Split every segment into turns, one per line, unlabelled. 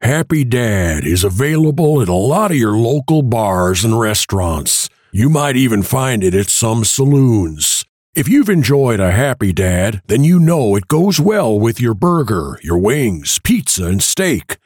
Happy Dad is available at a lot of your local bars and restaurants. You might even find it at some saloons. If you've enjoyed a Happy Dad, then you know it goes well with your burger, your wings, pizza, and steak.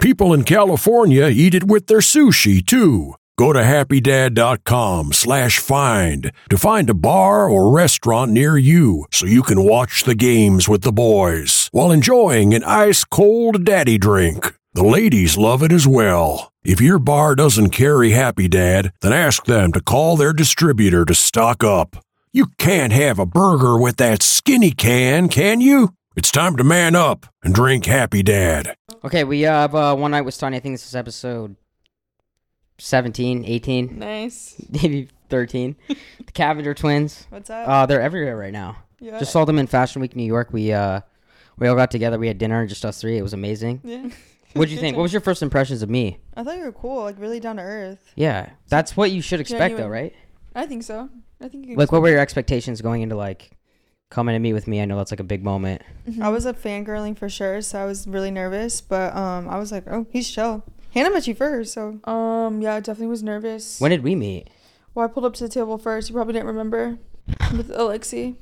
People in California eat it with their sushi too. Go to happydad.com slash find to find a bar or restaurant near you so you can watch the games with the boys while enjoying an ice cold daddy drink. The ladies love it as well. If your bar doesn't carry Happy Dad, then ask them to call their distributor to stock up. You can't have a burger with that skinny can, can you? It's time to man up and drink Happy Dad.
Okay, we have uh, One Night with Sunny. I think this is episode 17, 18,
Nice.
maybe 13. the Cavander twins.
What's up?
Uh, they're everywhere right now.
yeah.
Just saw them in Fashion Week New York. We uh, we all got together. We had dinner, just us three. It was amazing.
yeah.
What'd you think? What was your first impressions of me?
I thought you were cool, like really down to earth.
Yeah, that's what you should expect, though,
Genuine.
right?
I think so. I think you can
Like, what were your expectations going into like coming to meet with me? I know that's like a big moment.
I was a fangirling for sure, so I was really nervous, but um, I was like, oh, he's chill. Hannah met you first, so um, yeah, I definitely was nervous.
When did we meet?
well, I pulled up to the table first. You probably didn't remember with Alexi.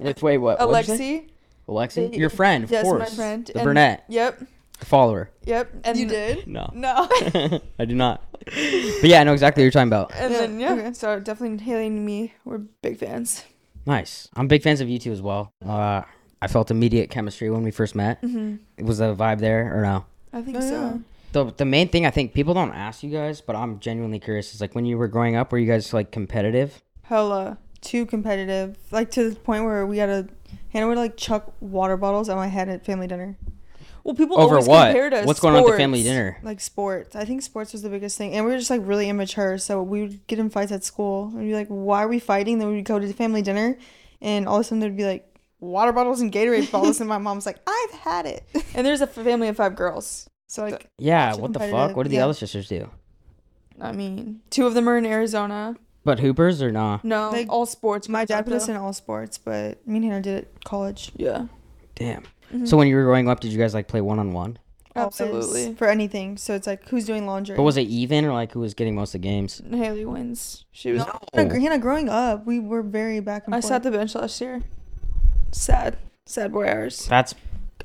It's wait, what? what'd you say?
Alexi,
Alexi, your friend, of
yes,
course.
my friend,
the
and-
brunette,
Yep,
the follower.
yep. And you did?
No.
No.
I do not. But yeah, I know exactly what you're talking about.
and then yeah, so definitely Haley and me were big fans.
Nice. I'm big fans of you two as well. Uh, I felt immediate chemistry when we first met. Mm-hmm. Was the vibe there or no?
I think so.
The, the main thing I think people don't ask you guys, but I'm genuinely curious is like when you were growing up, were you guys like competitive?
Hella too competitive, like to the point where we had a Hannah would like chuck water bottles at my head at family dinner. Well, people
Over
always
what?
compared us.
What's going on at the family
sports,
dinner?
Like sports. I think sports was the biggest thing, and we were just like really immature. So we would get in fights at school, and be like, "Why are we fighting?" Then we'd go to the family dinner, and all of a sudden there'd be like water bottles and Gatorade bottles, and my mom's like, "I've had it." And there's a family of five girls. So like,
Yeah,
Too
what the fuck?
competitive,
What did the
yeah.
other sisters do?
I mean, two of them are in Arizona.
But hoopers or nah?
No,
Like,
all sports.
my dad
put us in all sports, but me and Hannah did it college.
Yeah.
Damn. So when you were growing up, did you guys like play one on one?
outfits
Absolutely.
for anything. So it's like who's doing laundry?
But was it even or like who was getting most of the games?
Haley wins. She was.
Hannah, Hannah, growing up, we were very back and
I
forth.
sat the bench last year. Sad. Sad boy hours.
That's.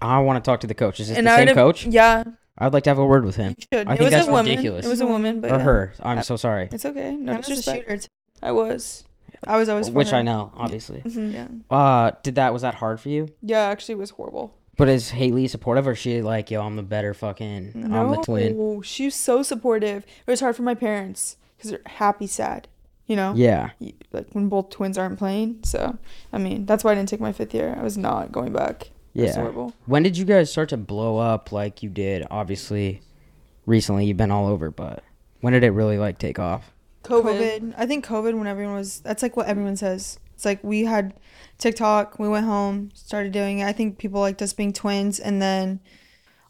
I want to talk to the coach. Is it
And
the
I
same
would've-
coach?
Yeah.
I'd like to have a word with him.
Should.
I
it
think
was
that's
a woman.
ridiculous.
It was a woman, but uh,
Or
yeah.
her. I'm so sorry.
It's okay. No
Hannah's a
disrespect.
shooter. too.
I was. Mm-hmm,
I was always for
Which
her.
I know, obviously.
Yeah.
Uh, did that was that hard for you?
Yeah, actually, it was horrible.
But is Haley supportive or is she like, yo, I'm the better fucking, I'm the twin?
No, She was so supportive. It was hard for my parents because they're happy, sad. You know.
Yeah.
Y- Like when both twins aren't playing. So I mean, that's why I didn't take my fifth year. I was not going back. It was
Yeah.
horrible.
When did you guys start to blow up like you did? Obviously, recently you've been all over, but when did it really like take off?
COVID.
COVID. I think COVID when everyone was that's like what everyone says. It's like we had TikTok, we went home, started doing it. I think people liked us being twins and then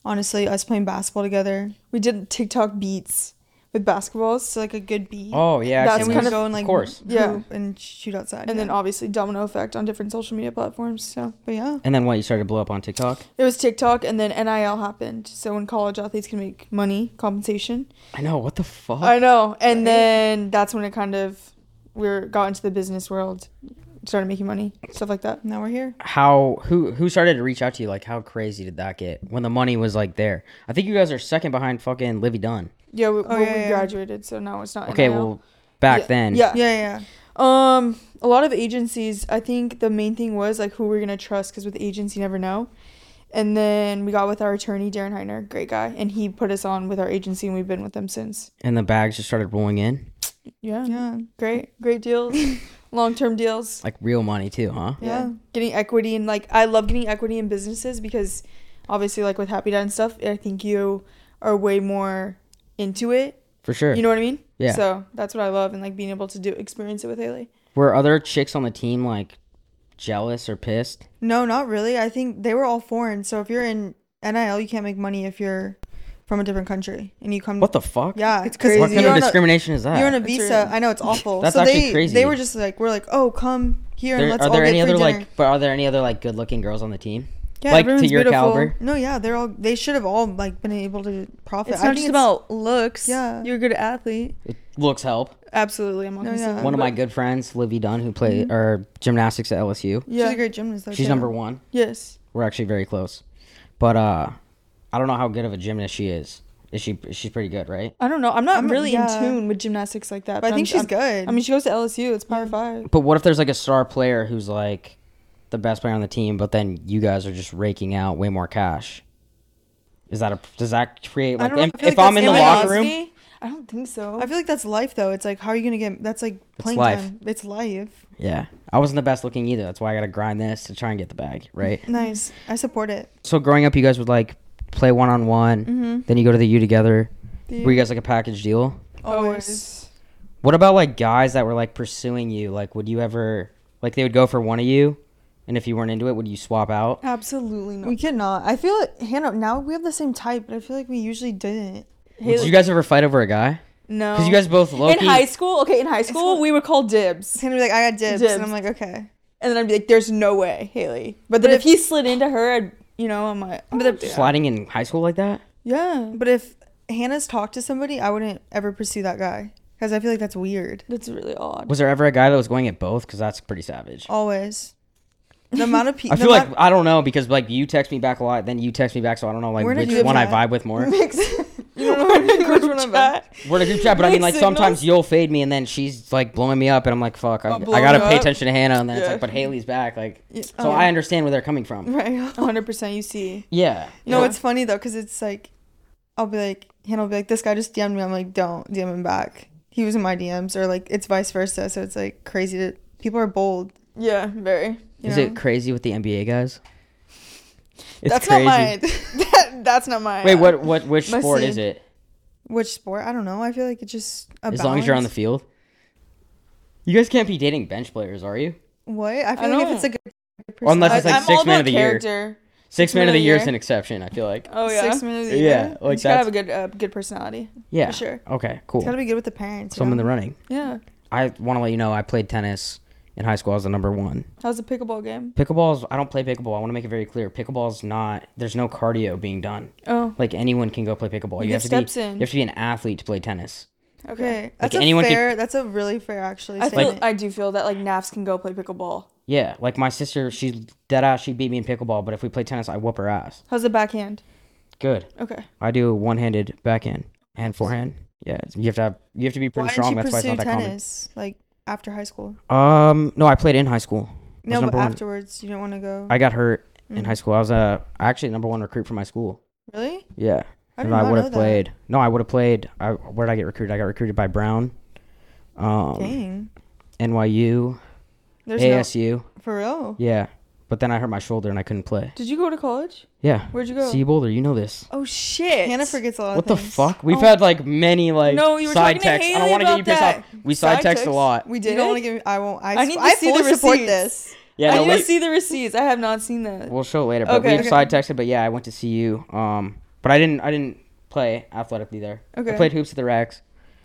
honestly us playing basketball together.
We did TikTok beats with basketballs.
It's like a good beat.
Oh yeah,
That's
and we
kind
would
of-
go and like
of course.
Yeah.
hoop and shoot outside.
and then
yeah.
obviously domino effect on different social media platforms. So
but yeah.
And then what? You started to blow up on TikTok.
it was TikTok, and then NIL happened. So when college athletes can make money compensation,
I know. What the fuck?
I know. And then that's when it kind of we are got into the business world, started making money, stuff like that.
Now we're here.
how who who started to reach out to you? Like how crazy did that get when the money was like there? I think you guys are second behind fucking Livy Dunn.
Oh, Yeah, we, well,
yeah,
we
yeah.
graduated, so now it's not.
Okay,
NIL.
well back
Yeah,
then.
yeah.
Yeah, yeah.
Um, a lot of agencies. I think the main thing was like who we're gonna trust, because with agents you never know. And then we got with our attorney Darren Heiner, great guy, and he put us on with our agency, and we've been with them since.
And the bags just started rolling in,
Yeah.
Yeah.
Great, great deals, long term deals.
like real money too, huh?
Yeah.
Yeah.
Getting equity and like I love getting equity in businesses because obviously like with Happy Dad and stuff, I think you are way more into it.
For sure.
You know what I mean?
Yeah.
So that's what I love and like being able to do experience it with Haley.
Were other chicks on the team like jealous or pissed?
No, not really. I think they were all foreign. So if you're in NIL, you can't make money if you're from a different country and you come
What the fuck?
Yeah,
It's
because
crazy.
What kind
you're
of
on a-
discrimination is that?
You're on a
That's
visa.
right.
I know it's awful.
That's
so
actually
they,
crazy.
They were just like, we're like, oh, come here and
There-
let's
are
all
there
get
any
free
other
dinner.
like? But are there any other like good-looking girls on the team?
Yeah,
Like, to
everyone's
your
beautiful.
caliber?
No, yeah, they're all. They should have all like been able to profit.
It's
I
not
think
just about looks.
Yeah.
You're a good athlete.
It looks help.
Absolutely. I'm not
No,
gonna say
yeah.
that.
One of my good friends, Livy Dunn, who
Mm-hmm.
played or gymnastics at LSU.
She's
Yeah.
a great gymnast. Though,
She's
too.
number one.
Yes.
We're actually very close, but uh, I don't know how good of a gymnast she is. Is she? She's pretty good, right?
I don't know. I'm not
I'm-
really
yeah.
in tune with gymnastics like that.
But I think she's
I'm- I'm-
good. Mm.
I mean, she goes to LSU. It's Power Five.
But what if there's like a star player who's like the best player on the team, but then you guys are just raking out way more cash? Is that a does that create like
don't know.
if,
I feel
if
like
I'm
that's
in the
Emma
locker room?
Kosky? I don't think so.
I feel like that's life though. It's like how are you gonna get? That's like playing
life.
time. It's life.
Yeah, I wasn't the best looking either. That's why I got to grind this to try and get the bag, right?
Nice. I support it.
So growing up, you guys would like play one on
Mm-hmm.
one, then you go to the U together. Were you guys like a package deal?
Always.
What about like guys that were like pursuing you? Like, would you ever like they would go for one of you, and if you weren't into it, would you swap out?
Absolutely not.
We cannot. I feel like Hannah. Now we have the same type, but I feel like we usually didn't.
Did you guys ever fight over a guy?
no.
Because you guys both low
in high school, okay, in high school,
what-
we would call dibs,
Hannah would be like, I got dibs, and I'm
Dibs.
like, okay.
and then I'd be like, "There's no way, Haley." But then
But
if,
if-
he slid into her, I'd, you know, I'm like, oh,
But
yeah.
sliding in high school like that.
yeah,
But if Hannah's talked to somebody, I wouldn't ever pursue that guy because I feel like that's weird.
that's really odd.
Was there ever a guy that was going at both? Because that's pretty savage.
Always. The amount of
I
people.
feel like I don't know because like you text me back a lot, then you text me back, so I don't know like
We're in a
which
group
one I
chat.
vibe with more.
you don't know which one
Group
of them.
chat.
We're in a group chat, but I mean like
Mixed
sometimes
signals.
you'll fade me, and then she's like blowing me up, and I'm like fuck, I'm, I
blowing
gotta
you
pay
up?
attention to Hannah, and then it's
Yeah.
like but Haley's back, like so
oh,
I understand where they're coming from.
Right.
100. percent You see,
Yeah.
No,
Yeah.
it's funny though, cause it's like, I'll be like, Hannah will be like, this guy just DM'd me. I'm like, don't DM him back. He was in my DMs, or like it's vice versa. So it's like crazy to people are bold.
yeah, very.
You
Is
know?
it crazy with the NBA guys? It's
that's not mine. that, that's not mine.
Wait, what? What? Which
Let's
sport
see.
is it?
Which sport? I don't know. I feel like it's just a
As long as you're on the
balance.
field. You guys can't be dating bench players, are you?
what? I feel like
I don't-
if it's a good
Or unless
I,
it's like
I'm all
six man
about
of the year.
character.
Six man of the year is an exception. I feel like.
Oh yeah,
six minutes, a year,
yeah,
it's
like
you gotta have
that's
a good, uh, good personality.
yeah.
for sure.
Okay, cool.
gotta be good with the parents. you
So I'm in
know?
the running.
Yeah.
I want to let you know I played tennis in high school. I was the number one.
How's the pickleball game?
Pickleball's. I don't play pickleball. I want to make it very clear. Pickleball's not. There's no cardio being done.
Oh,
Like anyone can go play pickleball. You, have
get
to be.
steps in.
You have to be an athlete to play tennis.
Okay, that's
anyone
a
could-
fair. That's a really fair, actually.
I feel,
statement.
I do feel that like Navs can go play pickleball.
Yeah, like my sister, she's dead ass. She beat me in pickleball, but if we play tennis, I whoop her ass.
How's the backhand?
Good.
Okay.
I do one handed backhand and forehand. Yeah, it's- you have to have, you have to be pretty
why
strong.
didn't you
That's why it's
pursue
not that
tennis like after high school?
common. Um, no, I played in high school. I was
No, but
number one.
afterwards you didn't want to go.
I got hurt in
Mm.
high school. I was uh, actually number one recruit from my school.
really?
Yeah,
I
and
did
I
not
would
know
have
that.
played. No, I would have played. I, where did I get recruited? I got recruited by Brown, um,
Dang.
NYU,
There's
ASU.
no for real.
Yeah, but then I hurt my shoulder and I couldn't play.
Did you go to college?
Yeah.
Where'd you go?
See Boulder, you know this.
Oh shit.
Hannah forgets a lot.
What the
of things.
fuck? We've
Oh.
had like many like
No, you were
side
talking to
texts. I don't
Haley
want to get
about
you pissed
that.
off. We side,
Side
text a
text?
lot.
We
Did
did. I don't
it?
want to give. I won't. I,
I
I
need to see
fully
the
support
receipts.
this.
Yeah,
I
no,
need
we,
to see the receipts. I have not seen that.
will show later. But
Okay.
we've
Okay.
side texted. But yeah, I went to see you. Um, but I didn't. I didn't play athletically there. I
Okay.
played hoops at the Rex.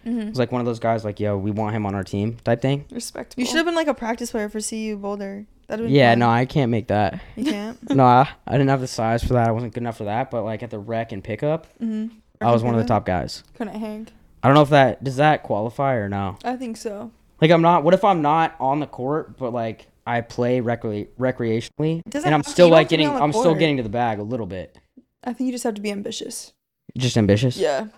Mm-hmm.
It was like one of those guys like, yo, we want him on our team type thing.
Respectable.
You should have been like a practice player for CU Boulder. That'd been
Yeah,
fun.
no, I can't make that.
you can't.
no, I, I didn't have the size for that. I wasn't good enough for that. But like at the rec and pickup, I was one of the top guys.
Mm-hmm. Couldn't hang.
I don't know if that does that qualify or no.
I think so.
Like I'm not. What if I'm not on the court, but like I play recre- recreationally,
doesn't
and I'm
have to-
still
you don't
like
have to be
getting.
on the
I'm still
court.
getting to the bag a little bit.
I think you just have to be ambitious.
Just ambitious.
Yeah.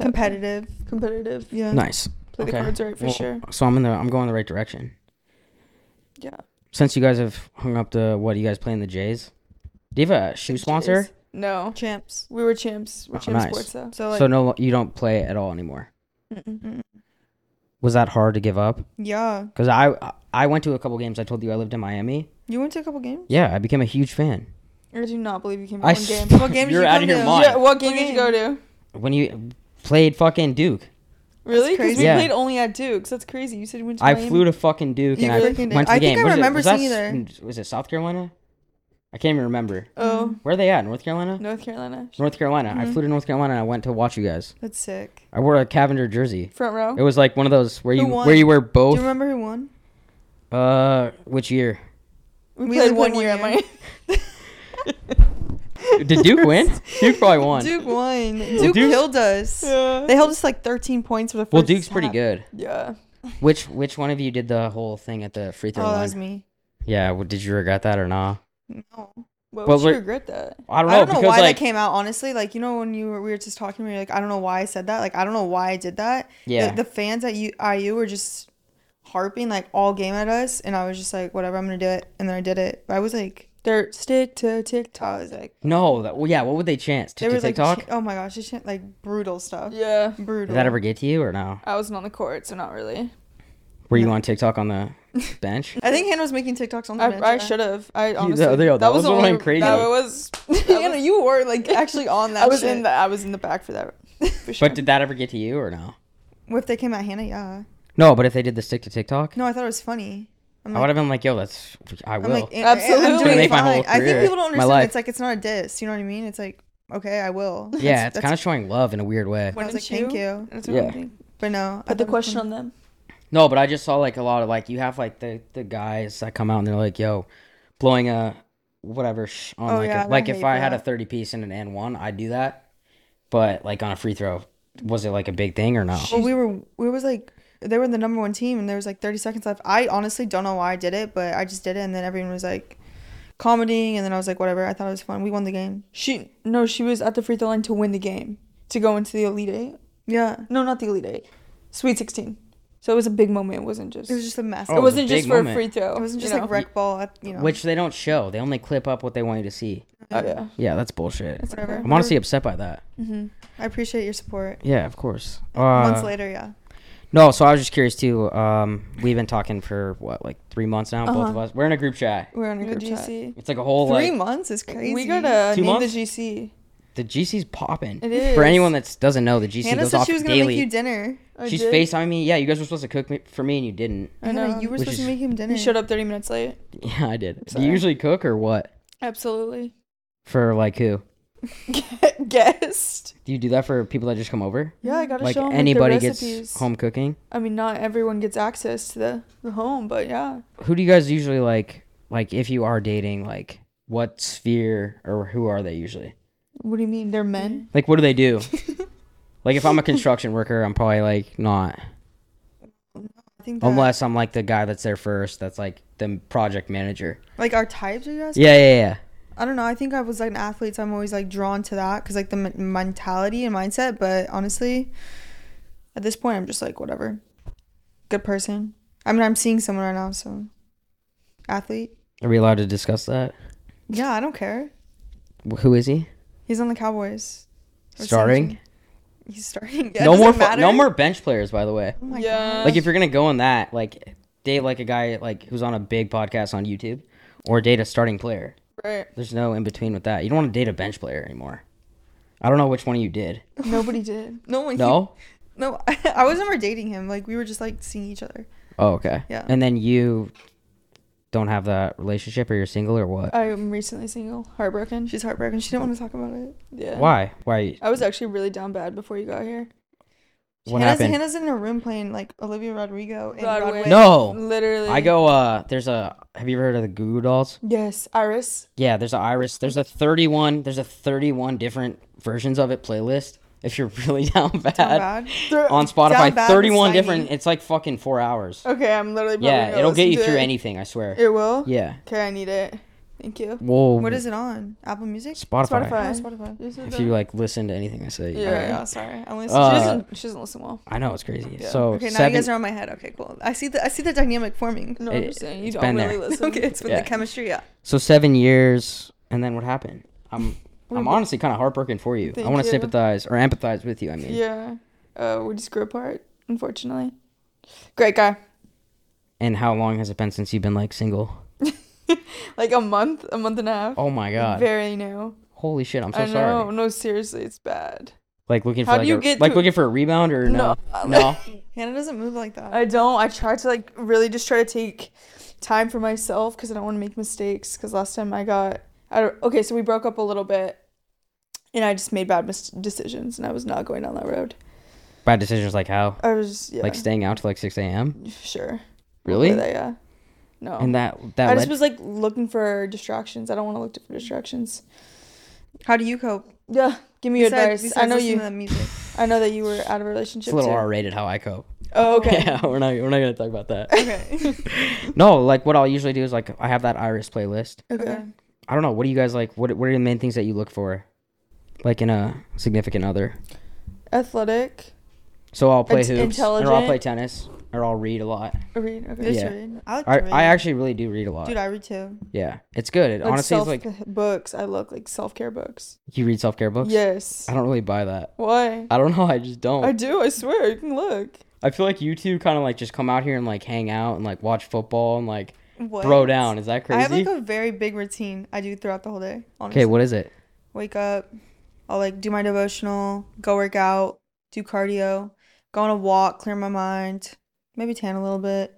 Competitive.
Competitive.
Yeah.
Nice.
Play the cards right for
Well,
sure.
So I'm in the. I'm going the right direction.
Yeah.
Since you guys have hung up the what you guys play in the Jays. Do you have a shoe sponsor?
No.
Champs.
We were champs. We're
Oh,
champ
nice.
sports though.
So like
so no, you don't play at all anymore.
Mm-mm.
Was that hard to give up?
yeah,
Because I I went to a couple games. I told you I lived in Miami.
you went to a couple games.
Yeah, I became a huge fan.
I do not believe you came to
I
one game.
s-
What game did
You're
you
out
come
of your
to?
mind.
yeah, what game did you go
What
to?
When you played fucking Duke.
Really? Because
crazy.
we
Yeah.
played only at Duke's. That's crazy. You said you went to
I
Miami.
flew to fucking Duke
You
and I
really
went to
can
the
do- I think
game.
I
What is it?
remember
Was that
seeing
s- Was it South Carolina? I can't even remember.
Oh,
Mm-hmm.
Where are they at? North Carolina?
North Carolina.
North Carolina. I flew to North Carolina and I went to watch you guys.
That's sick.
I wore a Cavender jersey.
Front row.
It was like one of those where
Who
you
won?
where you wear
Do
both.
you remember who won?
uh, which year?
We,
We
played
only
one
played
year at
one
Miami.
Did Duke win? Duke probably won.
Duke won. Duke
Duke's-
killed us.
Yeah.
They held us like 13 points for the first
well, Duke's pretty
half.
good.
Yeah.
Which which one of you did the whole thing at the free throw
Oh,
line?
that was me.
Yeah, well, did you regret that or not?
No.
Well,
What would you
we're-
regret that?
I don't know
I don't know
because
why
like
that came out, honestly. Like, you know, when you were, we were just talking, we were like, I don't know why I said that. Like, I don't know why I did that. The-
yeah,
The, fans at U- IU were just harping like all game at us. And I was just like, whatever, I'm going to do it. And then I did it. I was like,
They're stick to TikTok.
I was like,
no, that, well, yeah. What would they chant?
there was like,
TikTok?
ch- oh my gosh, this shit, like brutal stuff.
Yeah.
Brutal.
Did that ever get to you or no?
I wasn't on the court, so not really.
Were you on TikTok on the bench?
I think Hannah was making TikToks on the
I,
bench.
I
yeah.
should have. I honestly.
that- yo, that was
the
what
only-
went crazy.
That was. that
Hannah,
was-
you were like actually on that.
I was
shit.
in the. I was in the back for that. For sure.
But did that ever get to you or no?
If they came at Hannah, yeah.
No, but if they did the stick to TikTok,
No, I thought it was funny. I'm
I
like,
would have been like, yo, that's I will.
I'm like, eh, eh,
Absolutely.
I'm
It's
gonna
doing
make my whole
fine. I think
career,
people don't
my
understand.
life.
It's like it's not a diss. You know what I mean? It's like okay, I will.
yeah,
That's-
it's kind of showing love in a weird way.
I was like, thank you.
That's
Yeah.
But no. I
Put the
thought it was
question
funny.
on them.
No, but I just saw like a lot of like you have like the the guys that come out and they're like, yo, blowing a whatever sh- on
Oh,
like
yeah,
a,
I
like if
hate
I had a
that.
thirty piece and an N one, I'd do that. But like on a free throw, was it like a big thing or no?
Well, we were we was like they were the number one team, and there was like 30 seconds left. I honestly don't know why I did it, but I just did it, and then everyone was like commenting, and then I was like, whatever. I thought it was fun. We won the game.
She no. She was at the free throw line to win the game to go into the elite eight.
Yeah,
No, not the elite eight. Sweet sixteen. So it was a big moment. It wasn't just.
it was just a mess.
Oh,
it
was a
wasn't
big
just for
moment.
a free throw.
it wasn't
you
just
know?
like wreck ball. At, you know,
Which they don't show. They only clip up what they want you to see.
Oh, yeah.
Yeah, that's bullshit.
whatever.
I'm honestly upset by that.
I appreciate your support.
Yeah, of course. Uh,
Months later, yeah.
No, so I was just curious too. Um, we've been talking for what, like three months now, both of us. We're in a group chat.
We're on a
The
group chat.
GC.
It's like a whole
Uh-huh. Three
like
months is crazy.
We gotta
Two
name
months?
the GC.
the GC's popping.
It is.
For anyone that doesn't know, the GC
Hannah
goes
said
off
she was gonna
daily.
make you dinner.
I
She's
did.
FaceTiming me. Yeah, you guys were supposed to cook me, for me and you didn't.
I
Hannah,
know.
you were
Which
supposed
is-
to make him dinner.
You showed up 30 minutes late.
Yeah, I did. Do
Sorry.
you usually cook or what?
Absolutely.
For like who?
Guessed.
Do you do that for people that just come over?
Yeah, I gotta
Like
show 'em,
anybody
like, the
gets
recipes.
home cooking?
I mean, not everyone gets access to the, the home, but yeah.
Who do you guys usually like? Like if you are dating, like what sphere or who are they usually?
What do you mean? They're men?
Like what do they do? like if I'm a construction worker, I'm probably like not.
I think that,
Unless I'm like the guy that's there first, that's like the project manager.
like our types, I guess.
Yeah, yeah, yeah.
I don't know. I think I was like an athlete, so I'm always like drawn to that because like the m- mentality and mindset. But honestly, at this point, I'm just like whatever. Good person. I mean, I'm seeing someone right now, so athlete.
Are we allowed to discuss that?
Yeah, I don't care.
Wh- Who is he?
He's on the Cowboys. Or
Starring?
something. He's starting. Yeah,
no
does it
more, fu-
matter?
no more bench players, by the way.
Oh my God.
yeah.
Like if you're gonna go on that, like date like a guy like who's on a big podcast on YouTube, or date a starting player.
right.
There's no in between with that. You don't want to date a bench player anymore. I don't know which one of you did.
Nobody did.
No one.
No.
No, I was never dating him. Like we were just like seeing each other.
Oh, okay.
Yeah.
And then you don't have that relationship, or you're single, or
Uh,
what?
I'm recently single, heartbroken.
She's heartbroken. She didn't want to talk about it.
Yeah.
Why? Why?
I was actually really down bad before you got here.
What
Hannah's,
happened?
Hannah's in her room playing like Olivia Rodrigo and
Broadway.
Broadway.
No.
Literally.
Oh. I go. Uh, there's a. Have you ever heard of the Goo Goo Dolls?
Yes, Iris.
Yeah, there's a Iris. There's a 31. There's a 31 different versions of it playlist. If you're really down bad,
Down bad.
on
Down
Spotify,
bad Oh, with
31
Spidey.
different. It's like fucking four hours.
Okay, I'm literally. probably
yeah,
gonna
it'll get
listen
you
to
through
it.
anything. I swear.
It will.
yeah.
Okay, I need it. Thank you.
Whoa.
What is it on? Apple Music?
Spotify?
Oh,
Spotify.
Spotify.
This is
If
the-
you like listen to anything I say,
Yeah.
Alright, oh, sorry. I only
Uh,
she doesn't. She doesn't listen well.
I know it's crazy. So
okay, now
seven,
you guys are on my head. Okay, cool. I see the I see the dynamic forming.
No,
it-
I'm just saying you
it's
don't
been
really
there.
listen.
Okay, it's with
Yeah.
the chemistry. Yeah.
so seven years, and then what happened? I'm I'm honestly kind of heartbroken for you. I
Thank
want to
you.
sympathize or empathize with you. I mean,
Yeah. Uh, we just grew apart, unfortunately. Great guy.
and how long has it been since you've been like single?
Like a month, a month and a half.
Oh my god!
Very new.
Holy shit! I'm so
I know.
sorry.
No, seriously, it's bad.
Like looking for
How do
like,
you
a,
get
like
to-
looking for a rebound or no? No.
Hannah doesn't move like that.
I don't. I try to like really just try to take time for myself because I don't want to make mistakes. Because last time I got, I don't, okay, so we broke up a little bit, and I just made bad mis- decisions, and I was not going down that road.
Bad decisions like how?
I was yeah,
Like staying out till like 6 a.m.
sure.
Really?
Over there, yeah. No.
and that
I
that
just
led,
was like looking for distractions. I don't want to look for distractions.
How do you cope?
Yeah, give me advice.
Besides,
I
besides
know
listening
you.
to that music.
I know that you were out of a relationship
it's a little
too.
R rated how I cope.
Oh, okay.
Yeah, we're not we're not gonna talk about that.
Okay.
no, like what I'll usually do is like I have that Iris playlist.
Okay.
I don't know. What do you guys like? What What are the main things that you look for, like in a significant other?
Athletic.
So I'll play
Int-
hoops, or I'll play
intelligent.
tennis, or I'll read a lot.
Read. Okay.
Just
Yeah.
read. I like to
I,
read.
I actually really do read a lot.
Dude, I read too.
yeah, it's good. It,
Like
honestly,
self
it's like
books. I look like self care books.
you read self care books.
Yes.
I don't really buy that.
Why?
I don't know. I just don't.
I
I,
do. I swear. You can look.
feel like you two kind of like just come out here and like hang out and like watch football and like
What?
throw down. Is that
I have
crazy?
like a very big routine I do throughout the whole day. Honestly.
okay, what is it?
Wake up. I'll like do my devotional, go work out, do cardio, go on a walk, clear my mind, maybe tan a little bit,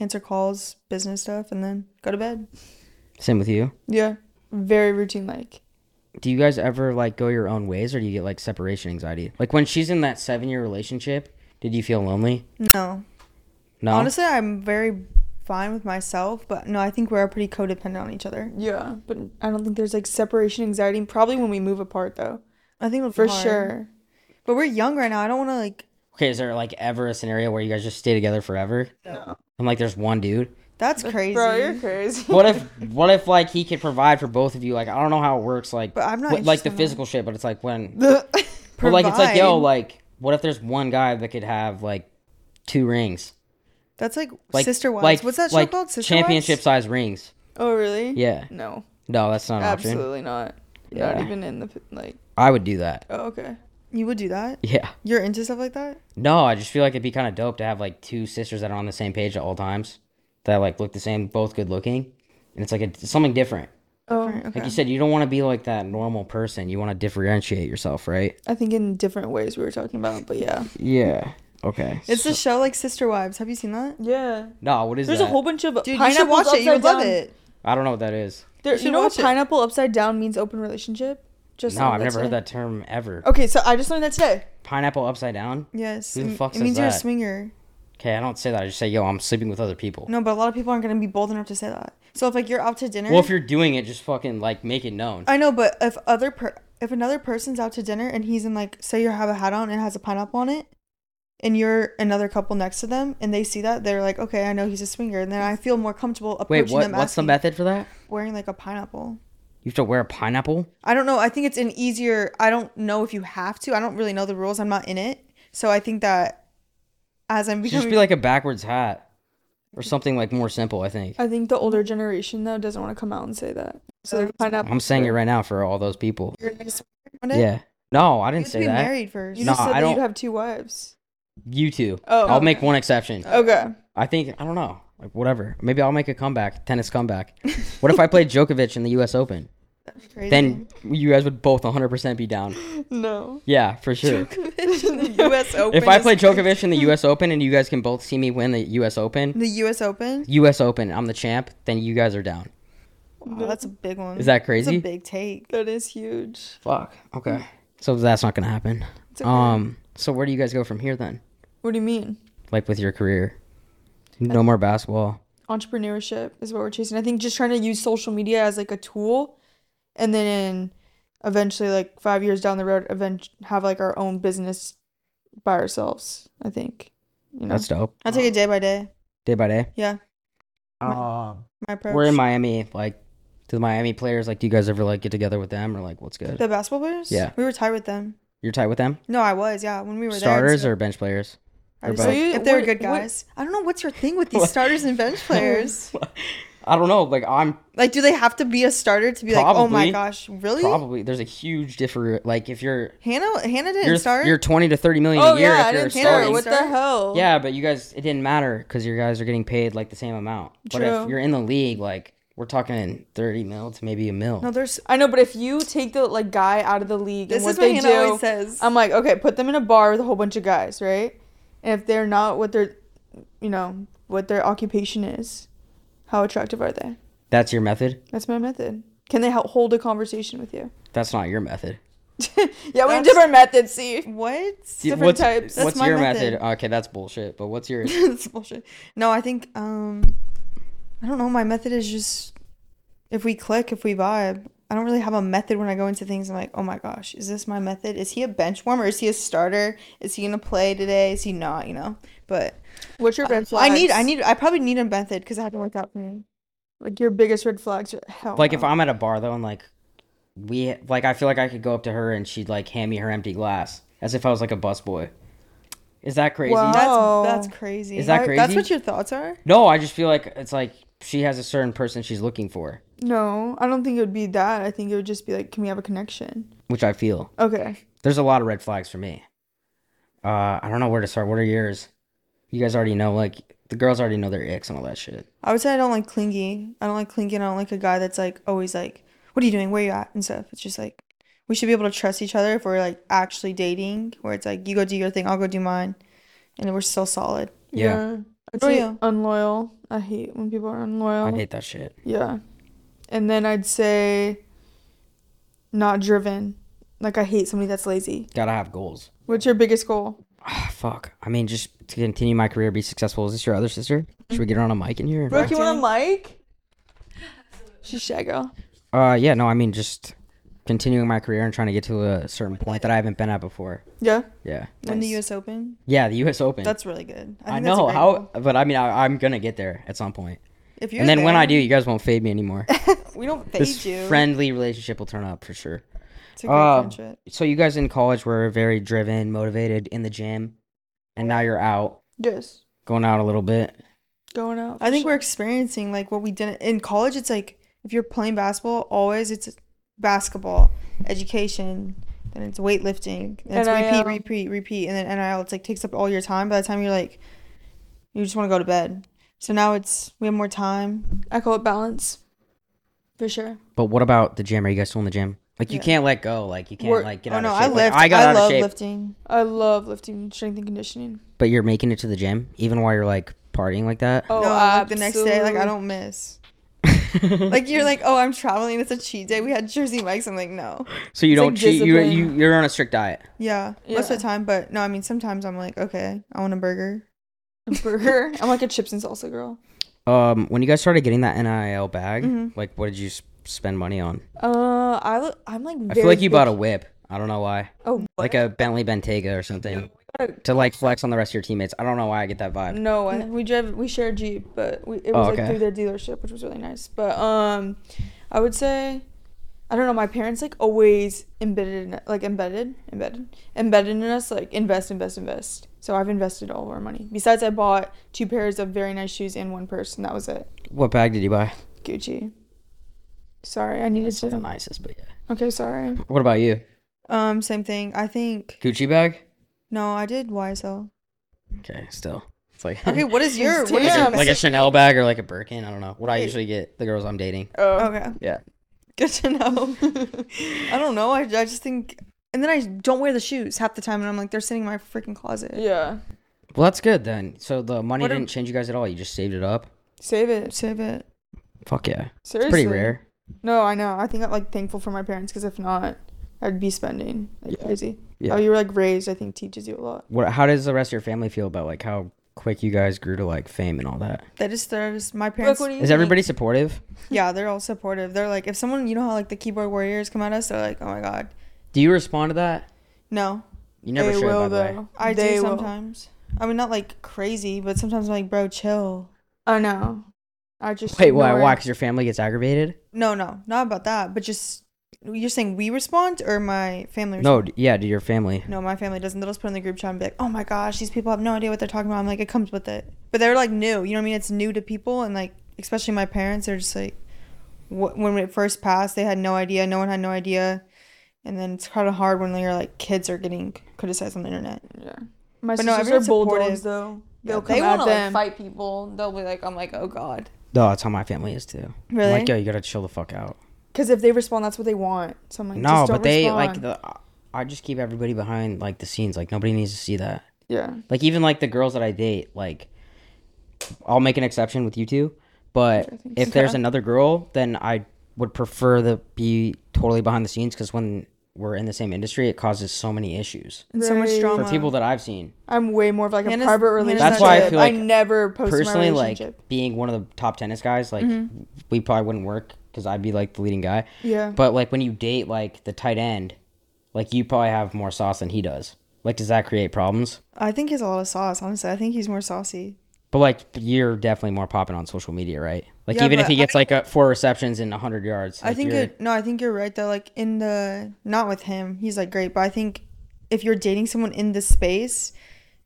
answer calls, business stuff, and then go to bed.
Same with you.
Yeah. Very routine like.
Do you guys ever like go your own ways, or do you get like separation anxiety? Like when she's in that seven year relationship, did you feel lonely?
No.
No.
Honestly, I'm very fine with myself, but no, I think we're pretty codependent on each other.
Yeah. But I don't think there's like separation anxiety. Probably when we move apart though.
I think it'll be
For
hard.
sure.
But we're young right now. I don't want to like.
Okay, is there like ever a scenario where you guys just stay together forever?
No.
And like there's one dude.
That's crazy.
Bro, you're crazy.
What if what if like he could provide for both of you? Like I don't know how it works like
But I'm not
what- like
interested
the
in that.
physical shit, but it's like when but like it's like yo,
Provide.
like what if there's one guy that could have like two rings?
That's like,
Like
sister wives.
like-
What's that show
like
called? Sister
championship
Wives?
size rings.
oh really?
Yeah.
No.
No, that's not an option.
Absolutely not. Not
Yeah.
even in the p- like.
I would do that.
Oh okay.
You would do that?
Yeah.
You're into stuff like that?
No, I just feel like it'd be kind of dope to have like two sisters that are on the same page at all times, that like look the same, both good looking, and it's like a, something different.
Oh.
Okay.
Like you said, you don't want to be like that normal person. You want to differentiate yourself, right?
I think in different ways we were talking about, but yeah.
Yeah. Okay.
It's a show like Sister Wives. Have you seen that?
Yeah.
no, what is
There's
that?
a whole bunch of
Dude, you
pineapples
should watch it.
upside
You would
down.
love it.
I don't know what that is.
There,
should
you know what
watch it.
pineapple upside down means open relationship? Just
No,
learned
I've never heard
today.
that term ever.
Oh.
Okay, so I just learned that today.
Pineapple upside down?
Yes.
Who the
it-
fuck
it
says
means you're a
that?
swinger.
Okay, I don't say that. I just say, yo, I'm sleeping with other people.
No, but a lot of people aren't gonna be bold enough to say that. So if like you're out to dinner,
Well, if you're doing it, just fucking like make it known.
I know, but if other per- if another person's out to dinner and he's in like say you have a hat on and has a pineapple on it, and you're another couple next to them and they see that they're like, okay, I know he's a swinger, and then I feel more comfortable approaching
Wait, what?
them
What's the
asking-
method for that?
wearing like a pineapple.
You have to wear a pineapple?
I don't know. I think it's an easier. I don't know if you have to. I don't really know the rules. I'm not in it, so I think that as I'm
It should
becoming
just be like a backwards hat or something like more simple, I think.
I think the older generation though doesn't want to come out and say that. So they're
Uh,
pineapple.
I'm saying it right now for all those people.
you're gonna swear one day,
Yeah. No, I
you
didn't
have to
say
be
that.
married first.
You
No,
just said
I
that
don't-
you'd have two wives.
You two.
Oh.
I'll make one exception.
Okay.
I think I don't know. Like whatever. Maybe I'll make a comeback, tennis comeback. What if I played Djokovic in the U.S. Open?
Crazy.
Then you guys would both 100% be down.
No.
Yeah, for sure.
U.S. Open.
If I
is-
play Djokovic in the U.S. Open and you guys can both see me win the U.S. Open,
the U.S. Open,
U.S. Open, I'm the champ. Then you guys are down.
wow, that's a big one.
Is that
That's a
crazy?
big take.
That is huge.
Fuck. Okay. So that's not gonna happen.
Mm. It's okay.
Um. So where do you guys go from here then?
what do you mean?
Like with your career? No more basketball.
Entrepreneurship is what we're chasing. I think just trying to use social media as like a tool and then eventually like 5 years down the road event have like our own business by ourselves, I think. You know.
That's dope.
I'll take it day by day.
Day by day.
Yeah,
Um.
my approach.
We're in Miami. Like, do the Miami players like? Do you guys ever like get together with them or like what's good?
the basketball players.
Yeah.
we were tied with them.
You're tight with them?
No, I was. Yeah, when we were
Starters
there.
or bench players?
I
or
just,
both?
So you-
if they were
what-
good
what-
guys, I don't know what's your thing with these starters and bench players.
I don't know. Like I'm
Like, do they have to be a starter to be like, oh my
Probably.
gosh, really?
probably there's a huge difference. Like if you're
Hannah, Hannah didn't
you're
start.
you're 20 to 30 million
Oh
a year
yeah, I
if you're
didn't care.
starting.
What the
Start.
hell?
Yeah, but you guys it didn't matter because your guys are getting paid like the same amount. But
True.
if you're in the league, like we're talking 30 mil to maybe a mil.
no, there's.
I know, but if you take the like guy out of the league
This
and what
is what
they
Hannah
do,
always says.
I'm like, okay, put them in a bar with a whole bunch of guys, right? And if they're not what their, you know, what their occupation is, how attractive are they?
That's your method.
That's my method. Can they help hold a conversation with you?
That's not your method.
yeah, we have
That's-
different methods. See,
what?
Different
what's,
types.
That's
What's
my
your
method.
method? Okay, that's bullshit. But what's yours?
That's bullshit. No, I think um, I don't know. My method is just if we click, if we vibe. I don't really have a method when I go into things. I'm like, oh my gosh, is this my method? Is he a bench warmer? Is he a starter? Is he gonna play today? Is he not? You know. But
What's your red
I
flags?
need, I need, I probably need a method because I have to work out for me.
like your biggest red flags. Are, hell,
Like if
no.
I'm at a bar though, and like we like, I feel like I could go up to her and she'd like hand me her empty glass as if I was like a busboy. Is that crazy?
Wow.
That's that's
Oh.
crazy.
Is that
I- That's
crazy?
what your thoughts are.
No, I just feel like it's like she has a certain person she's looking for,
no, I don't think it would be that. I think it would just be like, can we have a connection?
which I feel.
Okay.
There's a lot of red flags for me. Uh, I don't know where to start. What are yours? You guys already know, like the girls already know their icks and all that shit.
I would say I don't like clingy. I don't like clingy. And I don't like a guy that's like always like, "What are you doing? Where you at?" and stuff. It's just like we should be able to trust each other if we're like actually dating, where it's like you go do your thing, I'll go do mine, and we're still solid.
Yeah.
I'd
Oh,
say
yeah.
unloyal. I hate when people are unloyal.
I hate that shit.
Yeah. And then I'd say not driven. Like I hate somebody that's lazy.
Gotta have goals.
What's your biggest goal?
Ah, fuck. I mean, just to continue my career, be successful. Is this your other sister? Should we get her on a mic in here?
Brooke, you want a mic? She's shy girl.
Uh, yeah. No, I mean just continuing my career and trying to get to a certain point that I haven't been at before.
Yeah.
Yeah.
Win the
Nice.
U.S. Open.
Yeah, the U.S. Open.
That's really good.
I,
that's a
know
great
how,
goal.
but I mean, I, I'm gonna get there at some point.
If you're
and then when
there,
I do, you guys won't fade me anymore.
we don't fade
this
you.
friendly relationship will turn up for sure.
it's a great
uh,
friendship.
So you guys in college were very driven, motivated in the gym, and now you're out,
Yes.
going out a little bit.
Going out.
I think we're experiencing like what we didn't in college. It's like if you're playing basketball, always it's basketball, education, then it's weightlifting, then it's
NIL.
repeat, repeat, repeat, and then NIL. It's like takes up all your time. By the time you're like, you just want to go to bed. So now it's we have more time.
I call it balance. For sure.
But what about the gym? Are you guys still in the gym? Like you
Yeah.
can't let go. Like you can't
We're-
like get
oh
out
no,
of
I
shape. Like,
lift.
I
I,
got out
love
of shape,
lifting.
I love lifting, strength and conditioning.
but you're making it to the gym even while you're like partying like that.
Oh,
no, like, the next day, like I
absolutely.
don't miss. like you're like, oh, I'm traveling. It's a cheat day. We had Jersey Mike's. I'm like, no.
so you
it's
don't
like
cheat. You
discipline.
you you're on a strict diet.
Yeah, most of the time. But no, I mean sometimes I'm like, okay, I want a burger.
A burger. I'm like a chips and salsa girl.
Um, when you guys started getting that nil bag,
Mhm.
like what did you s- spend money on?
Uh, I look, I'm like. Very
I feel like you bought a
picky.
whip. I don't know why.
Oh,
Like
what?
a Bentley Bentayga or something to like flex on the rest of your teammates. I don't know why I get that
Mm.
vibe.
No way. We drive. We share a jeep, but we, it
Oh,
was
okay.
like through their dealership, which was really nice. But um, I would say, I don't know. My parents like always embedded, in, like embedded, embedded, embedded in us. Like invest, invest, invest. So I've invested all of our money. Besides, I bought two pairs of very nice shoes and one purse, and that was it.
What bag did you buy?
Gucci. Sorry, I needed
It's the
to.
nicest, but yeah.
Okay, sorry.
What about you?
Um, same thing. I think
Gucci bag?
no, I did YSL.
Okay, still. It's like
Okay, what is your what is your
Damn.
like a
message?
Chanel bag or like a Birkin. I don't know. What I
Wait.
usually get the girls I'm dating.
Oh,
Okay,
Yeah.
good to know. I don't know. I, I just think, and then I don't wear the shoes half the time, and I'm like, they're sitting in my freaking closet.
yeah.
Well, that's good then. So the money
What a-
didn't change you guys at all. You just saved it up.
Save it.
Save it.
Fuck yeah.
Seriously.
Pretty rare.
No, I know. I think I'm like thankful for my parents because if not, I'd be spending like crazy.
Yeah.
How you were like raised, I think teaches you a lot.
What? How does the rest of your family feel about like how quick you guys grew to like fame and all that?
That is there's my parents.
what do you-
Is everybody supportive?
yeah, they're all supportive. They're like, if someone, you know how like the keyboard warriors come at us, they're like, oh my god,
Do you respond to that?
no.
You never should, by the way.
I
They
do
will.
sometimes. I mean, not like crazy, but sometimes I'm like, bro, chill.
I know. I just
Wait, why?
ignore
Why?
it.
Because your family gets aggravated?
No, no, not about that. But just you're saying we respond or my family.
No, d- yeah, to your family.
No, my family doesn't. They'll just put in the group chat and be like, "Oh my gosh, these people have no idea what they're talking about." I'm like, it comes with it. But they're like new. You know what I mean? It's new to people, and like especially my parents. They're just like, wh- when it first passed, they had no idea. No one had no idea. And then it's kind of hard when you're like kids are getting criticized on the internet.
Yeah. My
But no, everyone's
sisters are bulldogs
supportive.
though.
Yeah,
They'll
they
come
want
at
to like
them.
fight people. They'll be like, "I'm like, oh god."
No, that's how my family is too. I'm
Really?
like, yo, you gotta chill the fuck out.
Because if they respond, that's what they want. So I'm like,
No,
just
but
don't
they like
respond.
the. I just keep everybody behind like the scenes. Like nobody needs to see that.
yeah.
Like even like the girls that I date, like I'll make an exception with you two, but if there's another girl, then I would prefer to be totally behind the scenes because when were in the same industry, it causes so many issues
And
so much drama.
for people that I've seen.
I'm way more of like
Hannah's-
a private
Hannah's
relationship.
That's why I feel like
never post
Personally,
my
like
relationship. Mm-hmm.
being one of the top tennis guys, like we probably wouldn't work because I'd be like the leading guy.
yeah.
But like when you date like the tight end, like you probably have more sauce than he does. Like, does that create problems?
I think he has a lot of sauce. Honestly, I think he's more saucy.
But like you're definitely more popping on social media, right? Like
Yeah,
even if
but
he gets like a, four receptions and 100 yards,
I
like,
think
you're-
it, no, I think you're right though. Like in the not with him, he's like great, but I think if you're dating someone in this space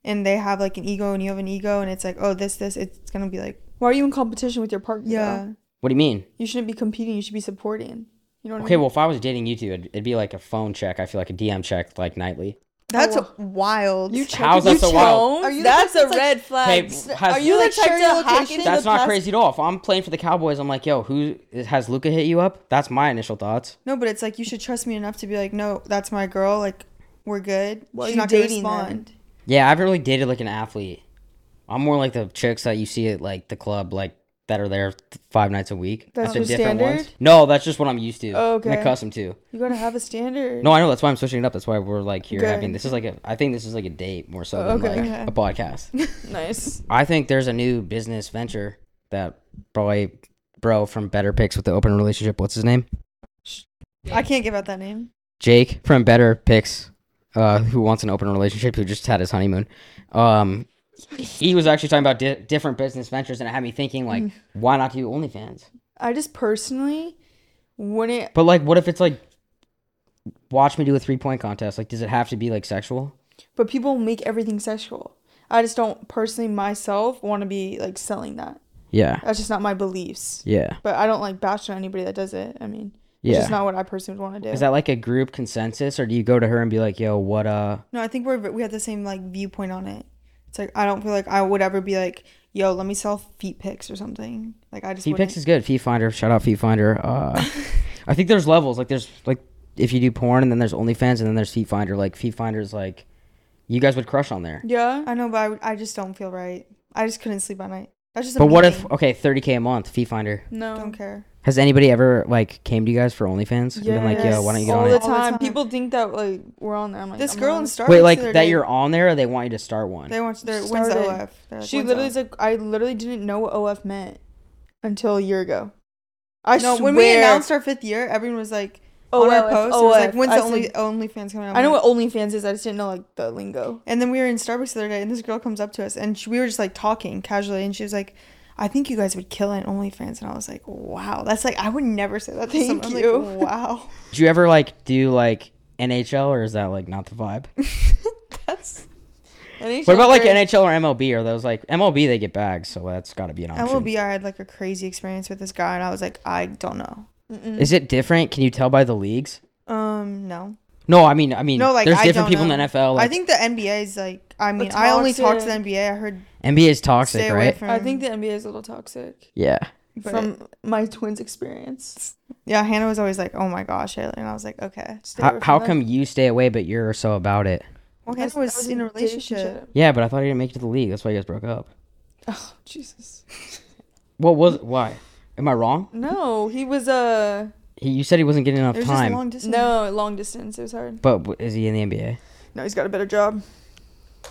and they have like an ego and you have an ego and it's like oh this this it's gonna be like
why are you in competition with your partner? though?
yeah
What do you mean?
You shouldn't be competing. You should be supporting. You know what
Okay,
I mean?
well, if I was dating you two, it'd, it'd be like a phone check. I feel like a DM check, like nightly.
that's wild.
you check
How's
you
that so wild?
don't?
Are you the
That's
type
a
that's like-
Hey,
red flag. S-
has-
are you
Like,
like type
share your
to hack
location?
into
That's
the
not
past-
crazy at all. If I'm playing for the Cowboys, I'm like, yo, who has Luca hit you up? That's my initial thoughts.
no, but it's like you should trust me enough to be like no that's my girl like we're good.
Well,
She's
you
not gonna
dating then.
respond.
Yeah, I haven't really dated like an athlete. I'm more like the chicks that you see at like the club, like that are there th- five nights a week.
That's
at the
your standard?
No, that's just what I'm used to.
Oh,
And
okay.
accustomed to.
You gotta have a standard.
No, I know. That's why I'm switching it up. That's why we're like here
Good.
having this is like a. I think this is like a date more so
Oh,
than
okay.
like
Okay.
a podcast.
Nice.
I think there's a new business venture that probably bro from Better Picks with the open relationship. What's his name?
I can't give out that name.
Jake from Better Picks, uh, who wants an open relationship, who just had his honeymoon. Um, he was actually talking about di- different business ventures, and it had me thinking, like, why not do OnlyFans?
I just personally wouldn't.
But like, what if it's like, watch me do a three point contest? Like, does it have to be like sexual?
But people make everything sexual. I just don't personally myself want to be like selling that.
Yeah,
That's just not my beliefs.
yeah,
But I don't like bash on anybody that does it. I mean, it's just not what I personally would want to do.
Is that like a group consensus, or do you go to her and be like, yo, what? Uh,
No, I think we're we have the same like viewpoint on it. It's like I don't feel like I would ever be like yo let me sell feet pics or something. Like I just
Feet
wouldn't.
Picks is good. Feet Finder, shout out Feet Finder. Uh, I think there's levels. Like there's like if you do porn, and then there's OnlyFans, and then there's Feet Finder. Like Feet Finder is like, you guys would crush on there.
yeah.
I know, but I, would- I just don't feel right. I just couldn't sleep at night. That's just.
But what if
I
okay, thirty k a month, Fee Finder?
No.
don't care?
Has anybody ever like came to you guys for OnlyFans and been like, "Yo, why don't you get
all
on
the
it?"
All the
time.
time.
People think that like we're on there. I'm like,
This
I'm
girl
not.
in Star
Wait,
Wars
like
the other
that
day,
you're on there, or they want you to start one?
They want their when's the
started.
OF? They're like,
she
when's
literally
OF?
is like, I literally didn't know what OF meant until a year ago. I
no.
swear. Oh,
When we announced our fifth year, everyone was like on our post. it was like when's
I
the only
said-
OnlyFans coming out?
I know
I'm like-
what OnlyFans is. I just didn't know like the lingo.
And then we were in Starbucks the other day, and this girl comes up to us, and she, we were just like talking casually, and she was like. I think you guys would kill an OnlyFans, and I was like, "Wow, that's like I would never say that." To
Thank
someone. I'm like,
you.
wow,
Did you ever like do like NHL, or is that like not the vibe?
that's
what about like NHL or MLB? Are those like MLB? They get bags, so that's got to be an option.
MLB. I had like a crazy experience with this guy, and I was like, I don't know.
Is it different? Can you tell by the leagues?
Um, no.
No, I mean, I mean,
No, like
there's
I
different
don't
people
know.
in the NFL. Like,
I think the NBA is like. I mean,
But
I only talk to the
toxic.
NBA. I heard
NBA is toxic,
stay away
right?
from.
I think the NBA is a little toxic
yeah.
but-
from my twins' experience.
yeah, Hannah was always like, "Oh my gosh," Taylor," and I was like, "Okay."
Stay
How,
away from
how
them.
come you stay away, but you're so about it?
Well,
Because
Hannah was,
I
in a relationship.
Yeah, but I thought you didn't make it to the league. That's why you guys broke up.
Oh Jesus!
What was? Why? Am I wrong?
No, he was uh
He, you said he wasn't getting enough
It was just
time.
long distance.
no long distance. It was hard.
But w- is he in the NBA?
No, he's got a better job.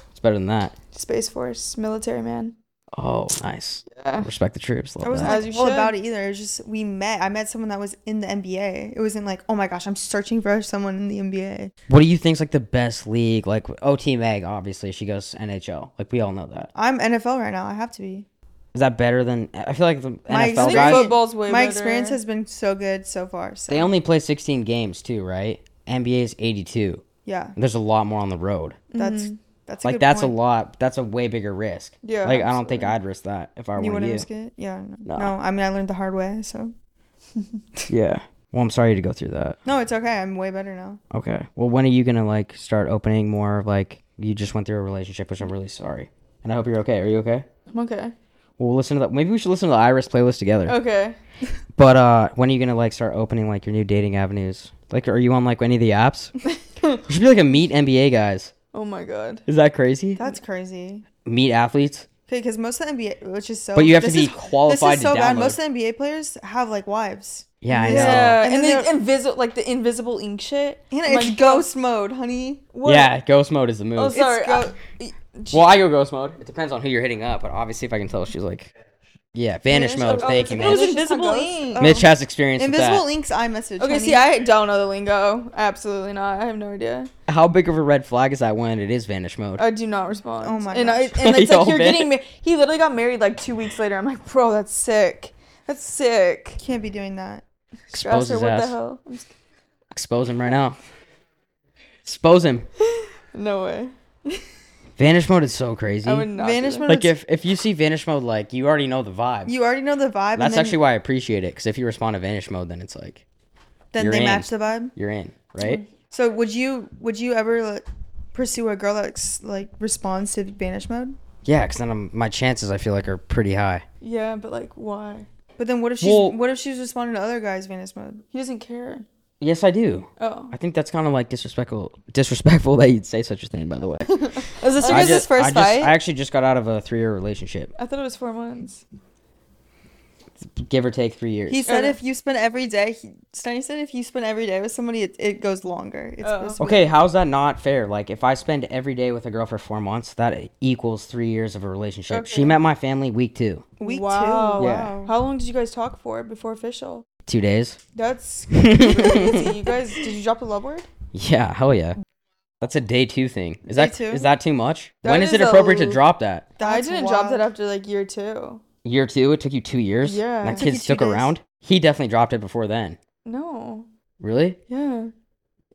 It's better than that.
Space Force, military man.
Oh, nice.
Yeah.
Respect the troops. Love
I wasn't
that.
As
like,
you
all
should.
about it either. It was just we met. I met someone that was in the NBA. It wasn't like, oh my gosh, I'm searching for someone in the NBA.
What do you think's like the best league? Like OT Meg, obviously she goes NHL. Like we all know that.
I'm NFL right now. I have to be.
Is that better than? I feel like the
My
NFL
experience-
guys.
Football's way
my
better.
experience has been so good so far. So
They only play 16 games too, right? NBA is 82.
yeah,
There's a lot more on the road.
Mm-hmm.
that's that's a
like
good
that's
point.
a lot. That's a way bigger risk.
Yeah,
Like I don't think I'd risk that if I were
You
you.
want to
you.
risk it? Yeah.
No.
No. I mean I learned the hard way, so
Yeah. Well, I'm sorry to go through that.
no, it's okay. I'm way better now.
Okay. Well, when are you gonna like start opening more? Like you just went through a relationship, which I'm really sorry, and I hope you're okay. Are you okay?
I'm okay.
Well, we'll listen to that. Maybe we should listen to the Iris playlist together.
Okay.
But uh, when are you gonna like start opening like your new dating avenues? Like, are you on like any of the apps? you should be like a meet NBA guys.
Oh my god.
Is that crazy?
That's crazy.
meet athletes.
Okay, because most of the NBA, which is so.
But you have to
this
be
is-
qualified
This is so
to
bad.
download.
Most of the NBA players have like wives.
Yeah, I know.
Yeah,
And
and,
then
the invisible, like the invisible ink shit.
And
I'm
it's
like,
ghost mode, honey.
what?
Yeah, ghost mode is the move.
Oh, sorry.
go-
I-
well, I go ghost mode. It depends on who you're hitting up, but obviously, if I can tell, she's like, yeah, vanish mode.
Oh,
Thank you,
it's-
it was
Mitch.
Vanish.
invisible
Ghost.
ink.
Oh.
Mitch has experience
Invisible
with
links iMessage.
Okay,
honey.
see, I don't know the lingo. Absolutely not. I have no idea.
that. How big of a red flag is that when it is vanish mode?
I do not respond.
Oh my
And, I,
gosh.
and it's
Yo,
like you're
man.
getting. Ma- he literally got married like two weeks later. I'm like, bro, that's sick. That's sick.
can't be doing that.
Expose
Strasser,
his
what the
ass.
hell? I'm just-
Expose him right now. Expose him.
No way.
Vanish mode is so crazy.
I would not. do
Vanish
that.
mode-
Like if if you see vanish mode, like you already know the vibe.
You already know the vibe.
That's
and then,
actually why I appreciate it. Because if you respond to vanish mode, then it's like
then
you're
they
in.
match the vibe.
you're in, right?
Mm-hmm.
So would you would you ever like, pursue a girl that's like responds to vanish mode?
Yeah, because then I'm, my chances I feel like are pretty high.
Yeah, but like, why?
But then what if she's
Well-
what if she's responding to other guys vanish mode?
He doesn't care.
Yes, I do.
Oh,
I think that's kind of like disrespectful. Disrespectful that you'd say such a thing. By the way,
is this your
I
guys'
just-
first
I just-
fight?
I actually just got out of a three-year relationship,
I thought it was four months.
give or take three years.
He said
Okay.
if you spend every day, he, Steiny said if you spend every day with somebody, it, it goes longer. It's
Oh.
it's
okay, how's that not fair? Like, if I spend every day with a girl for four months, that equals three years of a relationship. She
Okay.
met my family week two,
Week
wow.
two.
Yeah.
How long did you guys talk for before official?
two days.
That's crazy. you guys, did you drop a love word?
Yeah, hell yeah. That's a day two thing. Is
Day
that
two?
is that too much?
That
when is, it
is a
appropriate to
l-
drop that?
That's
I didn't drop
wild.
that after like year two.
Year two, it took you two years.
Yeah.
that
It took
you
kid
two
stuck
days.
around. He definitely dropped it before then.
No.
Really?
Yeah.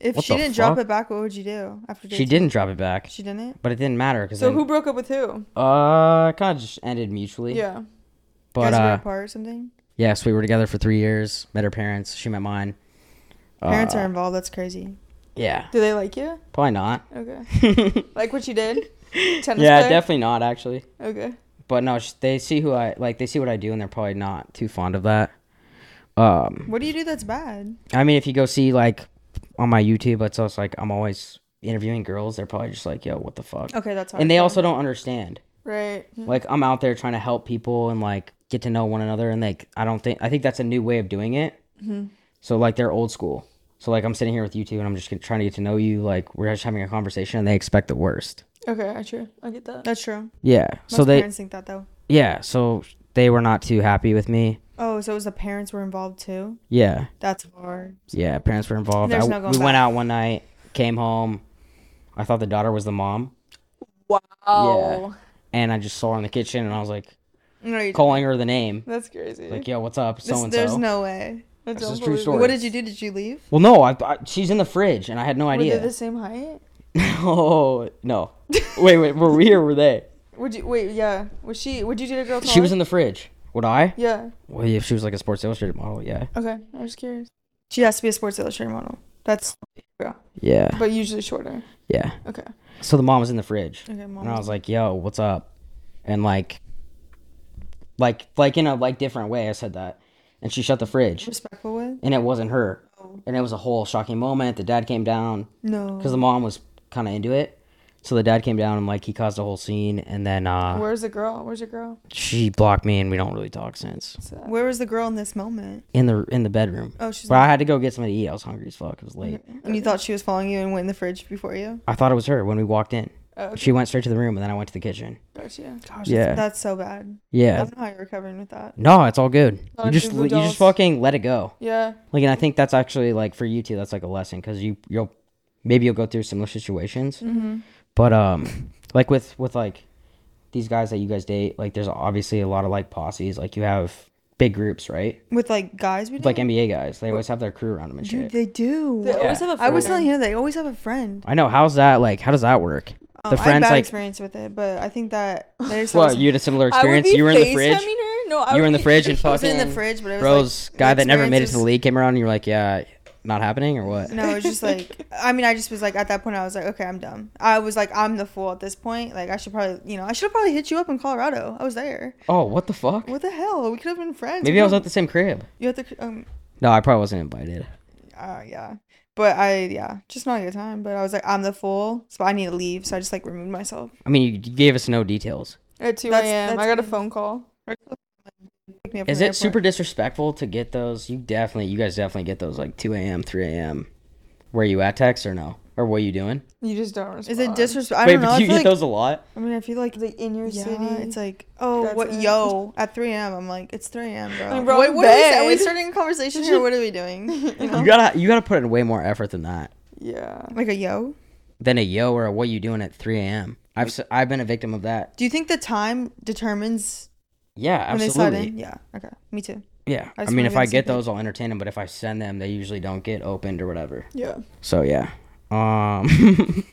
If
What
she
the
didn't drop
fuck?
it back, what would you do after? day
She
two?
didn't drop it back,
She didn't.
but it didn't matter because
So who broke up with who?
uh it kind of just ended mutually.
Yeah.
But
guys were
uh,
apart or something.
yes, we were together for three years. Met her parents. She met mine.
Parents
Uh,
are involved. That's crazy.
Yeah,
Do they like you?
probably not.
Okay.
yeah,
Like what you did? Tennis player?
definitely not actually.
Okay.
But no, sh- they see who I like. They see what I do, and they're probably not too fond of that. Um,
What do you do that's bad?
I mean, if you go see like on my YouTube, it's also like I'm always interviewing girls. They're probably just like, "Yo, what the fuck?"
Okay, that's hard. Mm-hmm.
And they also don't understand.
Right.
Like I'm out there trying to help people and like get to know one another, and like I don't think I think that's a new way of doing it.
Mm-hmm.
So like they're old school. So like I'm sitting here with you two, and I'm just get- trying to get to know you. Like we're just having a conversation, and they expect the worst.
Okay, I true. I get that.
That's true.
Yeah.
Most
so they
parents think that though.
yeah. So they were not too happy with me.
Oh, so it was the parents were involved too.
Yeah.
That's hard.
Yeah, parents were involved.
There's
I-
no going
we went
back.
out one night, came home. I thought the daughter was the mom,
Oh.
and I just saw her in the kitchen, and I was like
No, you
calling her the name,
That's crazy.
like, "Yo, what's up, so
this,
and
there's
so?"
no way.
That's
this is a true
unbelievable.
story.
What did you do? Did you leave?
Well, no, I, I she's in the fridge, and I had no
Were
idea.
they the same height?
oh no! Wait, wait, were we or were they?
Would you wait? Yeah. Was she? Would you date a girl?
She was in the fridge. Would I?
Yeah.
Well, if she was like a Sports Illustrated model, yeah,
Okay. I was curious.
She has to be a Sports Illustrated model. That's
yeah,
But usually shorter.
yeah.
Okay.
So the mom was in the fridge.
okay, mom.
and I was like, "Yo, what's up?" And like, like, like in a like different way, I said that, and she shut the fridge,
respectful with.
and it wasn't her, and it was a whole shocking moment. The dad came down
Oh. No.
because the mom was kind of into it, so the dad came down and like he caused a whole scene, and then uh,
Where's the girl? Where's your girl?
she blocked me, and we don't really talk since
Sad.
Where was the girl in this moment?
in the in the bedroom.
Oh, she's.
But I had to go get something to eat. I was hungry as fuck. It was late.
and you
Uh,
thought she was following you and went in the fridge before you.
I thought it was her when we walked in.
Oh, okay.
She went straight to the room, and then I went to the kitchen.
Gotcha.
Gosh,
Yeah.
that's, that's so bad.
Yeah.
I don't know how you're recovering with that.
no, it's all good.
Not
You
a
just
Google
you just
Dolls.
fucking let it go.
Yeah.
Like, and I think that's actually like for you too. That's like a lesson because you you'll maybe you'll go through similar situations. But um, like with with like these guys that you guys date, like there's obviously a lot of like posses. Like you have big groups, right?
With like guys, we
With, like NBA guys, they always have their crew around them and
Dude,
shit.
they do.
They always have a
I was
friend.
telling you they always have a friend.
I know. How's that like? How does that work? The
Um, I had
friends
bad
like
experience with it, but I think that there's
well,
always-
you had a similar
I would
experience.
be
You were in the fridge.
FaceTiming her? No, I
You were
would
in the
be-
fridge and
I was
fucking
in the fridge, but it was
bros
like, the
guy that never made it to the
experience
league came around and you're like, yeah, not happening or what?
was- No, it was just like I mean, I just was like at that point I was like, okay, I'm dumb. I was like, I'm the fool at this point. Like I should probably, you know, I should have probably hit you up in Colorado. I was there.
Oh, what the fuck?
What the hell? We could have been friends.
Maybe
We
I was
could've-
at the same crib.
You have to. Um.
No, I probably wasn't invited.
Uh. Yeah. But I. Yeah. Just not a good time. But I was like, I'm the fool, so I need to leave. So I just like removed myself.
I mean, you gave us no details.
At 2
That's-
a.m. I
that's
got a
good.
phone call.
Pick me up from
Is
the
it
airport.
super disrespectful to get those? You definitely, you guys definitely get those like 2 a.m., 3 a.m. Where you at text or no? Or what you doing?
You just don't respond.
Is it disrespect? I don't know.
but
I
you
feel
get
like,
those a lot?
I mean, I feel like
Like in your
yeah,
city.
it's like, oh,
That's
what,
it.
yo, at 3 a.m. I'm like, it's 3 a.m., bro.
Like, bro,
Wait,
I'm
what are we, are we
bed.
starting a conversation here? What are we doing? You know?
You gotta, you gotta put in way more effort than that.
yeah.
Like a yo.
Than a yo or a what you doing at 3 a.m. I've, s- I've been a victim of that.
Do you think the time determines
Yeah,
when they sign
absolutely.
in? Yeah. Okay. Me too.
Yeah.
I
I,
was
mean,
gonna
if I
say
get
that.
those, I'll entertain them. But if I send them, they usually don't get opened or whatever.
Yeah.
So yeah. Um.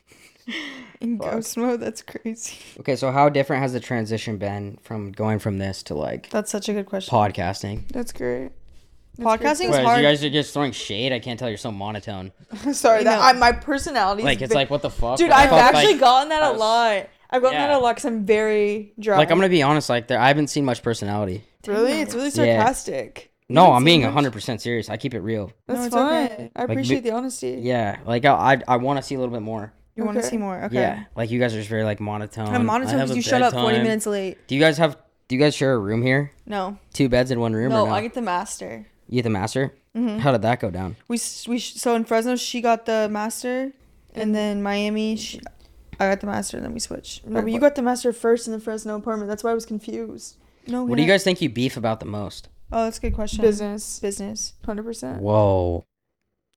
In ghost mode, that's crazy.
okay, so how different has the transition been from going from this to like
That's such a good question.
podcasting?
That's great.
Podcasting's
Whereas
hard.
you guys are just throwing shade. I can't tell you're so monotone.
Sorry,
You
that
know-
I, my personality.
Like it's like what the fuck,
dude,
What the
I've
fuck,
actually
like,
gotten that
I
a
was-
lot. I've gotten that
Yeah.
a lot because I'm very dry.
Like I'm gonna be honest, like there, I haven't seen much personality.
really, it's really
Yeah.
sarcastic.
No, I'm being 100 percent serious. I keep it real.
That's
it's
fine.
okay.
I
me-
appreciate the honesty.
Yeah, like I I, I want to see a little bit more.
You want to
Okay.
see more? Okay.
Yeah, like you guys are just very like monotone. I
I'm monitoring
have
because
a
you showed up 40
bedtime.
minutes late.
Do you guys have? Do you guys share a room here?
No.
Two beds in one room?
No,
or no?
I Mm-hmm. get the master.
You get the master? How did that go down?
We s- we sh- so in Fresno she got the master, and then Miami, she, I got the master, and then we switched.
No, but you got the master first in the Fresno apartment. That's why I was confused.
no.
What do you guys think you beef about the most?
Oh, that's a good question.
Business,
Business.
hundred percent.
Whoa.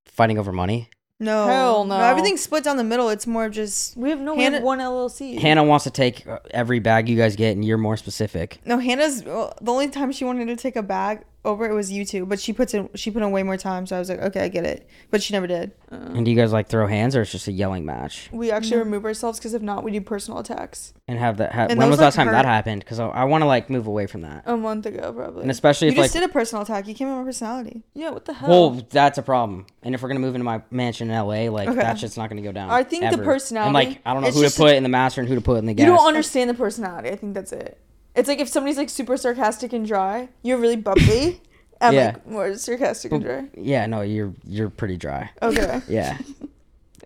Fighting over money?
No.
Hell no.
Everything's split down the middle. It's more of just
We have no we
Hannah-
have one LLC.
Hannah wants to take uh, every bag you guys get, and you're more specific.
no. Hannah's well, the only time she wanted to take a bag over it was you two, but she puts in she put in way more time. So I was like, okay, I get it, but she never did.
And do you guys like throw hands, or it's just a yelling match?
we actually
Mm-hmm.
remove ourselves because if not, we do personal attacks.
And have that? Ha-
And
when
that
was,
was,
the last
like,
time that
her-
happened? Because I, I want to like move away from that,
A month ago, probably.
and especially
You
if like,
just did a personal attack. You came in my personality.
yeah, what the hell?
well, that's a problem. And if we're gonna move into my mansion in LA, like that shit's not gonna go down.
I think the
ever.
personality-
And like, I don't know
it's
who to
just a-
put in the master and who to put in the
you
guest.
don't understand the personality. I think that's it. It's like if somebody's like super sarcastic and dry, you're really bubbly. I'm
Yeah.
like more sarcastic and dry.
yeah, no, you're you're pretty dry.
Okay.
Yeah.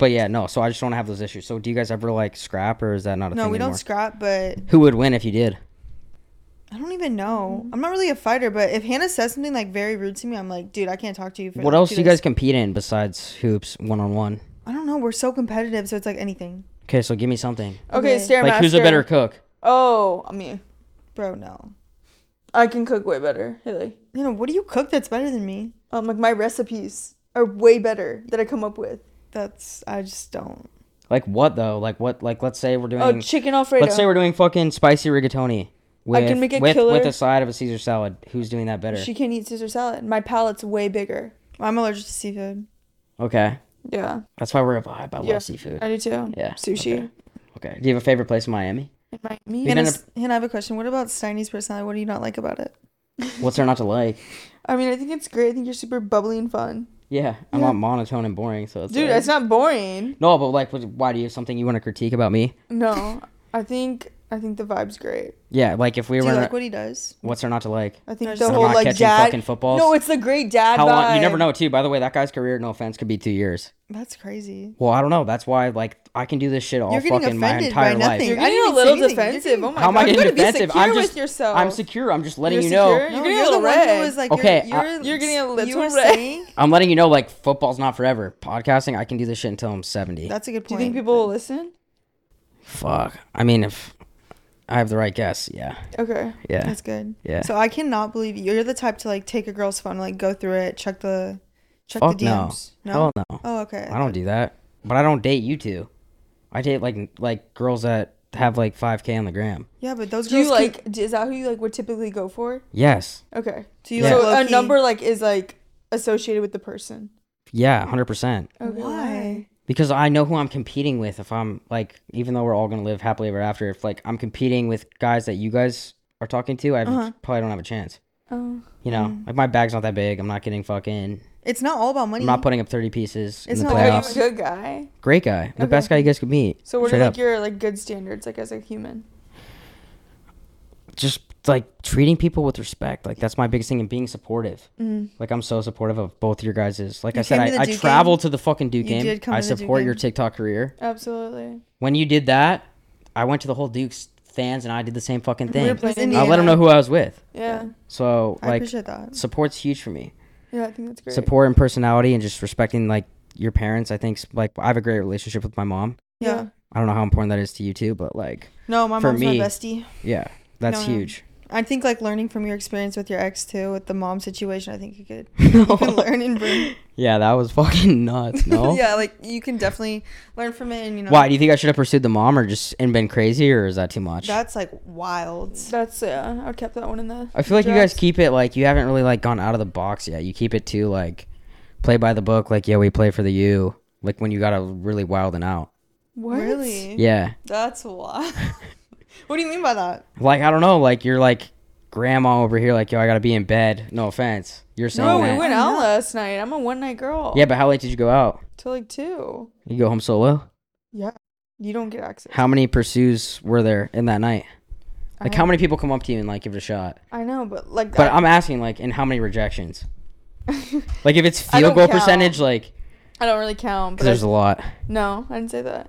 but yeah, no. So I just don't have those issues. So do you guys ever like scrap, or is that not a
No,
thing
we don't
anymore?
scrap, but
Who would win if you did?
I don't even
Mm-hmm.
know. I'm not really a fighter, but if Hannah says something like very rude to me, I'm like, dude, I can't talk to you. For
What
like,
else
two
do you
days.
guys compete in besides hoops one on one?
I don't know. We're so competitive, so it's like anything,
Okay, so give me something.
Okay,
Okay.
Stairmaster.
Like who's a better cook?
Oh, I mean,
bro. No,
I can cook way better. Haley.
you know what do you cook that's better than me?
Um, like my recipes are way better that I come up with.
That's I just don't.
Like what though? Like what? Like let's say we're doing.
Oh, chicken Alfredo.
let's say we're doing fucking spicy rigatoni. With,
can make a
with,
killer-
with a side of a Caesar salad. Who's doing that better?
she can't eat Caesar salad. My palate's way bigger.
I'm allergic to seafood.
Okay,
Yeah.
that's why we're a vibe. I love
Yeah.
seafood.
I do too.
Yeah,
Sushi.
Okay, do you have a favorite place in Miami?
Okay. Me.
You've
Hannah,
been
s- Hannah, I have a question. What about Steiny's personality? What do you not like about it?
What's there not to like?
I mean, I think it's great. I think you're super bubbly and fun.
Yeah, I'm not monotone and boring, so it's
Dude,
like-
it's not boring.
No, but like, what- why do you have something you want to critique about me?
No, I think I think the vibe's great.
Yeah, like if we
Do
were,
you like what he does?
what's there not to like?
I think
There's
the
some-
whole
I'm not
like
catching
dad.
fucking footballs.
No, it's the great dad.
How long? You
vibe.
never know, too. By the way, that guy's career, no offense, could be two years.
That's crazy.
Well, I don't know. That's why, like, I can do this shit all
You're getting
fucking my
offended
entire
by
life.
nothing.
You're
I didn't
getting a
even
little
say anything. You're
defensive. Oh my
How am
god.
I
You
getting
gotta be
defensive?
secure
I'm just,
with yourself.
I'm secure. I'm just letting
You're
you
secure?
know.
You're
No,
getting
you're
a
the
little
one who
red. uh,
was like,
Okay,
you're,
I-
you're,
You're getting a
you
little
were
red.
saying-
I'm letting you know, like, football's not forever. Podcasting, I can do this shit until I'm 70.
That's a good
Do you
point.
think people will listen?
Fuck. I mean, if I have the right guess, yeah,
Okay.
yeah,
That's good.
yeah.
So I cannot believe you. you're the type to like take a girl's phone, like go through it, check the, check
Fuck
the
no.
DMs.
Hell no.
Oh, okay.
I don't do that. But I don't date you two. I date like like girls that have like 5k on the gram.
Yeah, but those
Do
girls
you
can-
like? d- Is that who you like would typically go for?
Yes.
Okay.
Do you
Yeah.
like
So a
low-key-
number like is like associated with the person.
Yeah, 100%.
Okay,
Why?
Because I know who I'm competing with if I'm like even though we're all going to live happily ever after if like I'm competing with guys that you guys are talking to, I
Uh-huh.
probably don't have a chance.
Oh.
You know,
Mm.
like my bag's not that big. I'm not getting fucking.
It's not all about money.
I'm not putting up 30 pieces
It's
in the
not
Are you
playoffs.
a good guy?
Great guy, the best guy you guys could meet.
So what
Straight
are
up.
like your like good standards like as a human?
just like treating people with respect. Like that's my biggest thing, and being supportive. Like I'm so supportive of both your guys'. Like
Mm. You
I said,
came to the
I, I
Duke
travel to the fucking Duke
You
game.
did come
I
to the Duke
support your
game.
TikTok career.
Absolutely.
When you did that, I went to the whole Duke's fans, and I did the same fucking
We were
thing.
playing
It was
I let them
Indiana.
know who I was with.
Yeah.
So
I
like,
appreciate that.
support's huge for me.
Yeah, I think that's great.
Support and personality, and just respecting like your parents. I think like I have a great relationship with my mom.
Yeah.
I don't know how important that is to you too, but like,
No, my
For
mom's
me-
my bestie.
yeah, that's
No, no.
huge.
I think like learning from your experience with your ex too, with the mom situation. I think you could you can learn and bring.
Yeah, that was fucking nuts. No.
yeah, like you can definitely learn from it. And you know,
Why do you think I should have pursued the mom or just and been crazy or is that too much?
that's like wild.
That's yeah. I would kept that one in the.
I feel like you guys
drafts.
keep it like you haven't really like gone out of the box yet. You keep it too like play by the book. Like yeah, we play for the U. Like when you gotta really wilding out.
What?
Really?
Yeah,
That's wild. what do you mean by that?
like I don't know. Like you're like grandma over here. Like yo, I gotta be in bed. No offense. You're saying
No, we
that.
went out last night. I'm a one night girl.
Yeah, but how late did you go out?
Till like two.
You go home solo.
Yeah. You don't get access.
How many pursues were there in that night?
I
Like how
don't-
many people come up to you and like give it a shot?
I know, but like.
But
I,
I'm asking like, and how many rejections? Like if it's
I
field
don't
goal
count.
percentage, like
I don't really count.
'cause
But
there's a
I-
lot.
no, I didn't say that.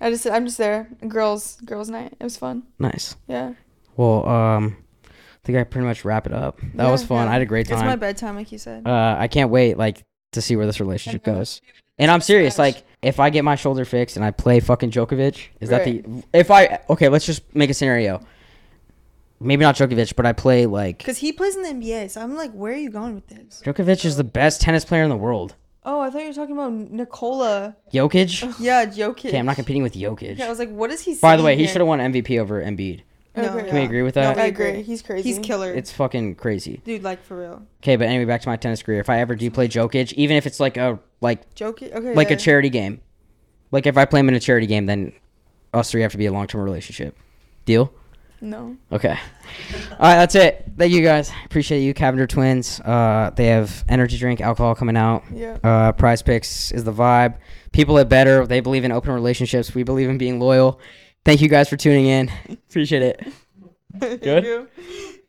I just said I'm just there. Girls, girls' night. It was fun.
Nice.
Yeah.
Well, um, I think I pretty much wrap it up. That was
Yeah,
fun.
yeah.
I had a great
It's my
time.
bedtime, like you said.
uh, I can't wait like to see where this relationship
know.
goes. And I'm serious.
Scratch.
Like, if I get my shoulder fixed and I play fucking Djokovic, is that
Right.
the? If I okay, let's just make a scenario. Maybe not Djokovic, but I play like
Because he plays in the NBA, so I'm like, where are you going with this?
Djokovic is the best tennis player in the world.
Oh, I thought you were talking about Nikola.
Jokic.
Yeah, Jokic.
Okay, I'm not competing with Jokic.
Yeah, I was like, what is he?
By the way,
saying
he
here?
should have won MVP over Embiid.
No,
Can
Can we agree with that?
I agree. He's crazy.
He's killer.
It's fucking crazy.
Dude, like for real.
Okay, but anyway, back to my tennis career. If I ever do play Jokic, even if it's like a like
Jokic. Okay.
like
yeah.
a charity game. Like if I play him in a charity game, then us three have to be a long term relationship. Deal?
No.
Okay. All right, that's it. Thank you guys. Appreciate you, Cavender Twins. Uh, they have energy drink, alcohol coming out.
Yeah.
Uh, prize picks is the vibe. People at Better, they believe in open relationships. We believe in being loyal. Thank you guys for tuning in. Appreciate it. Good?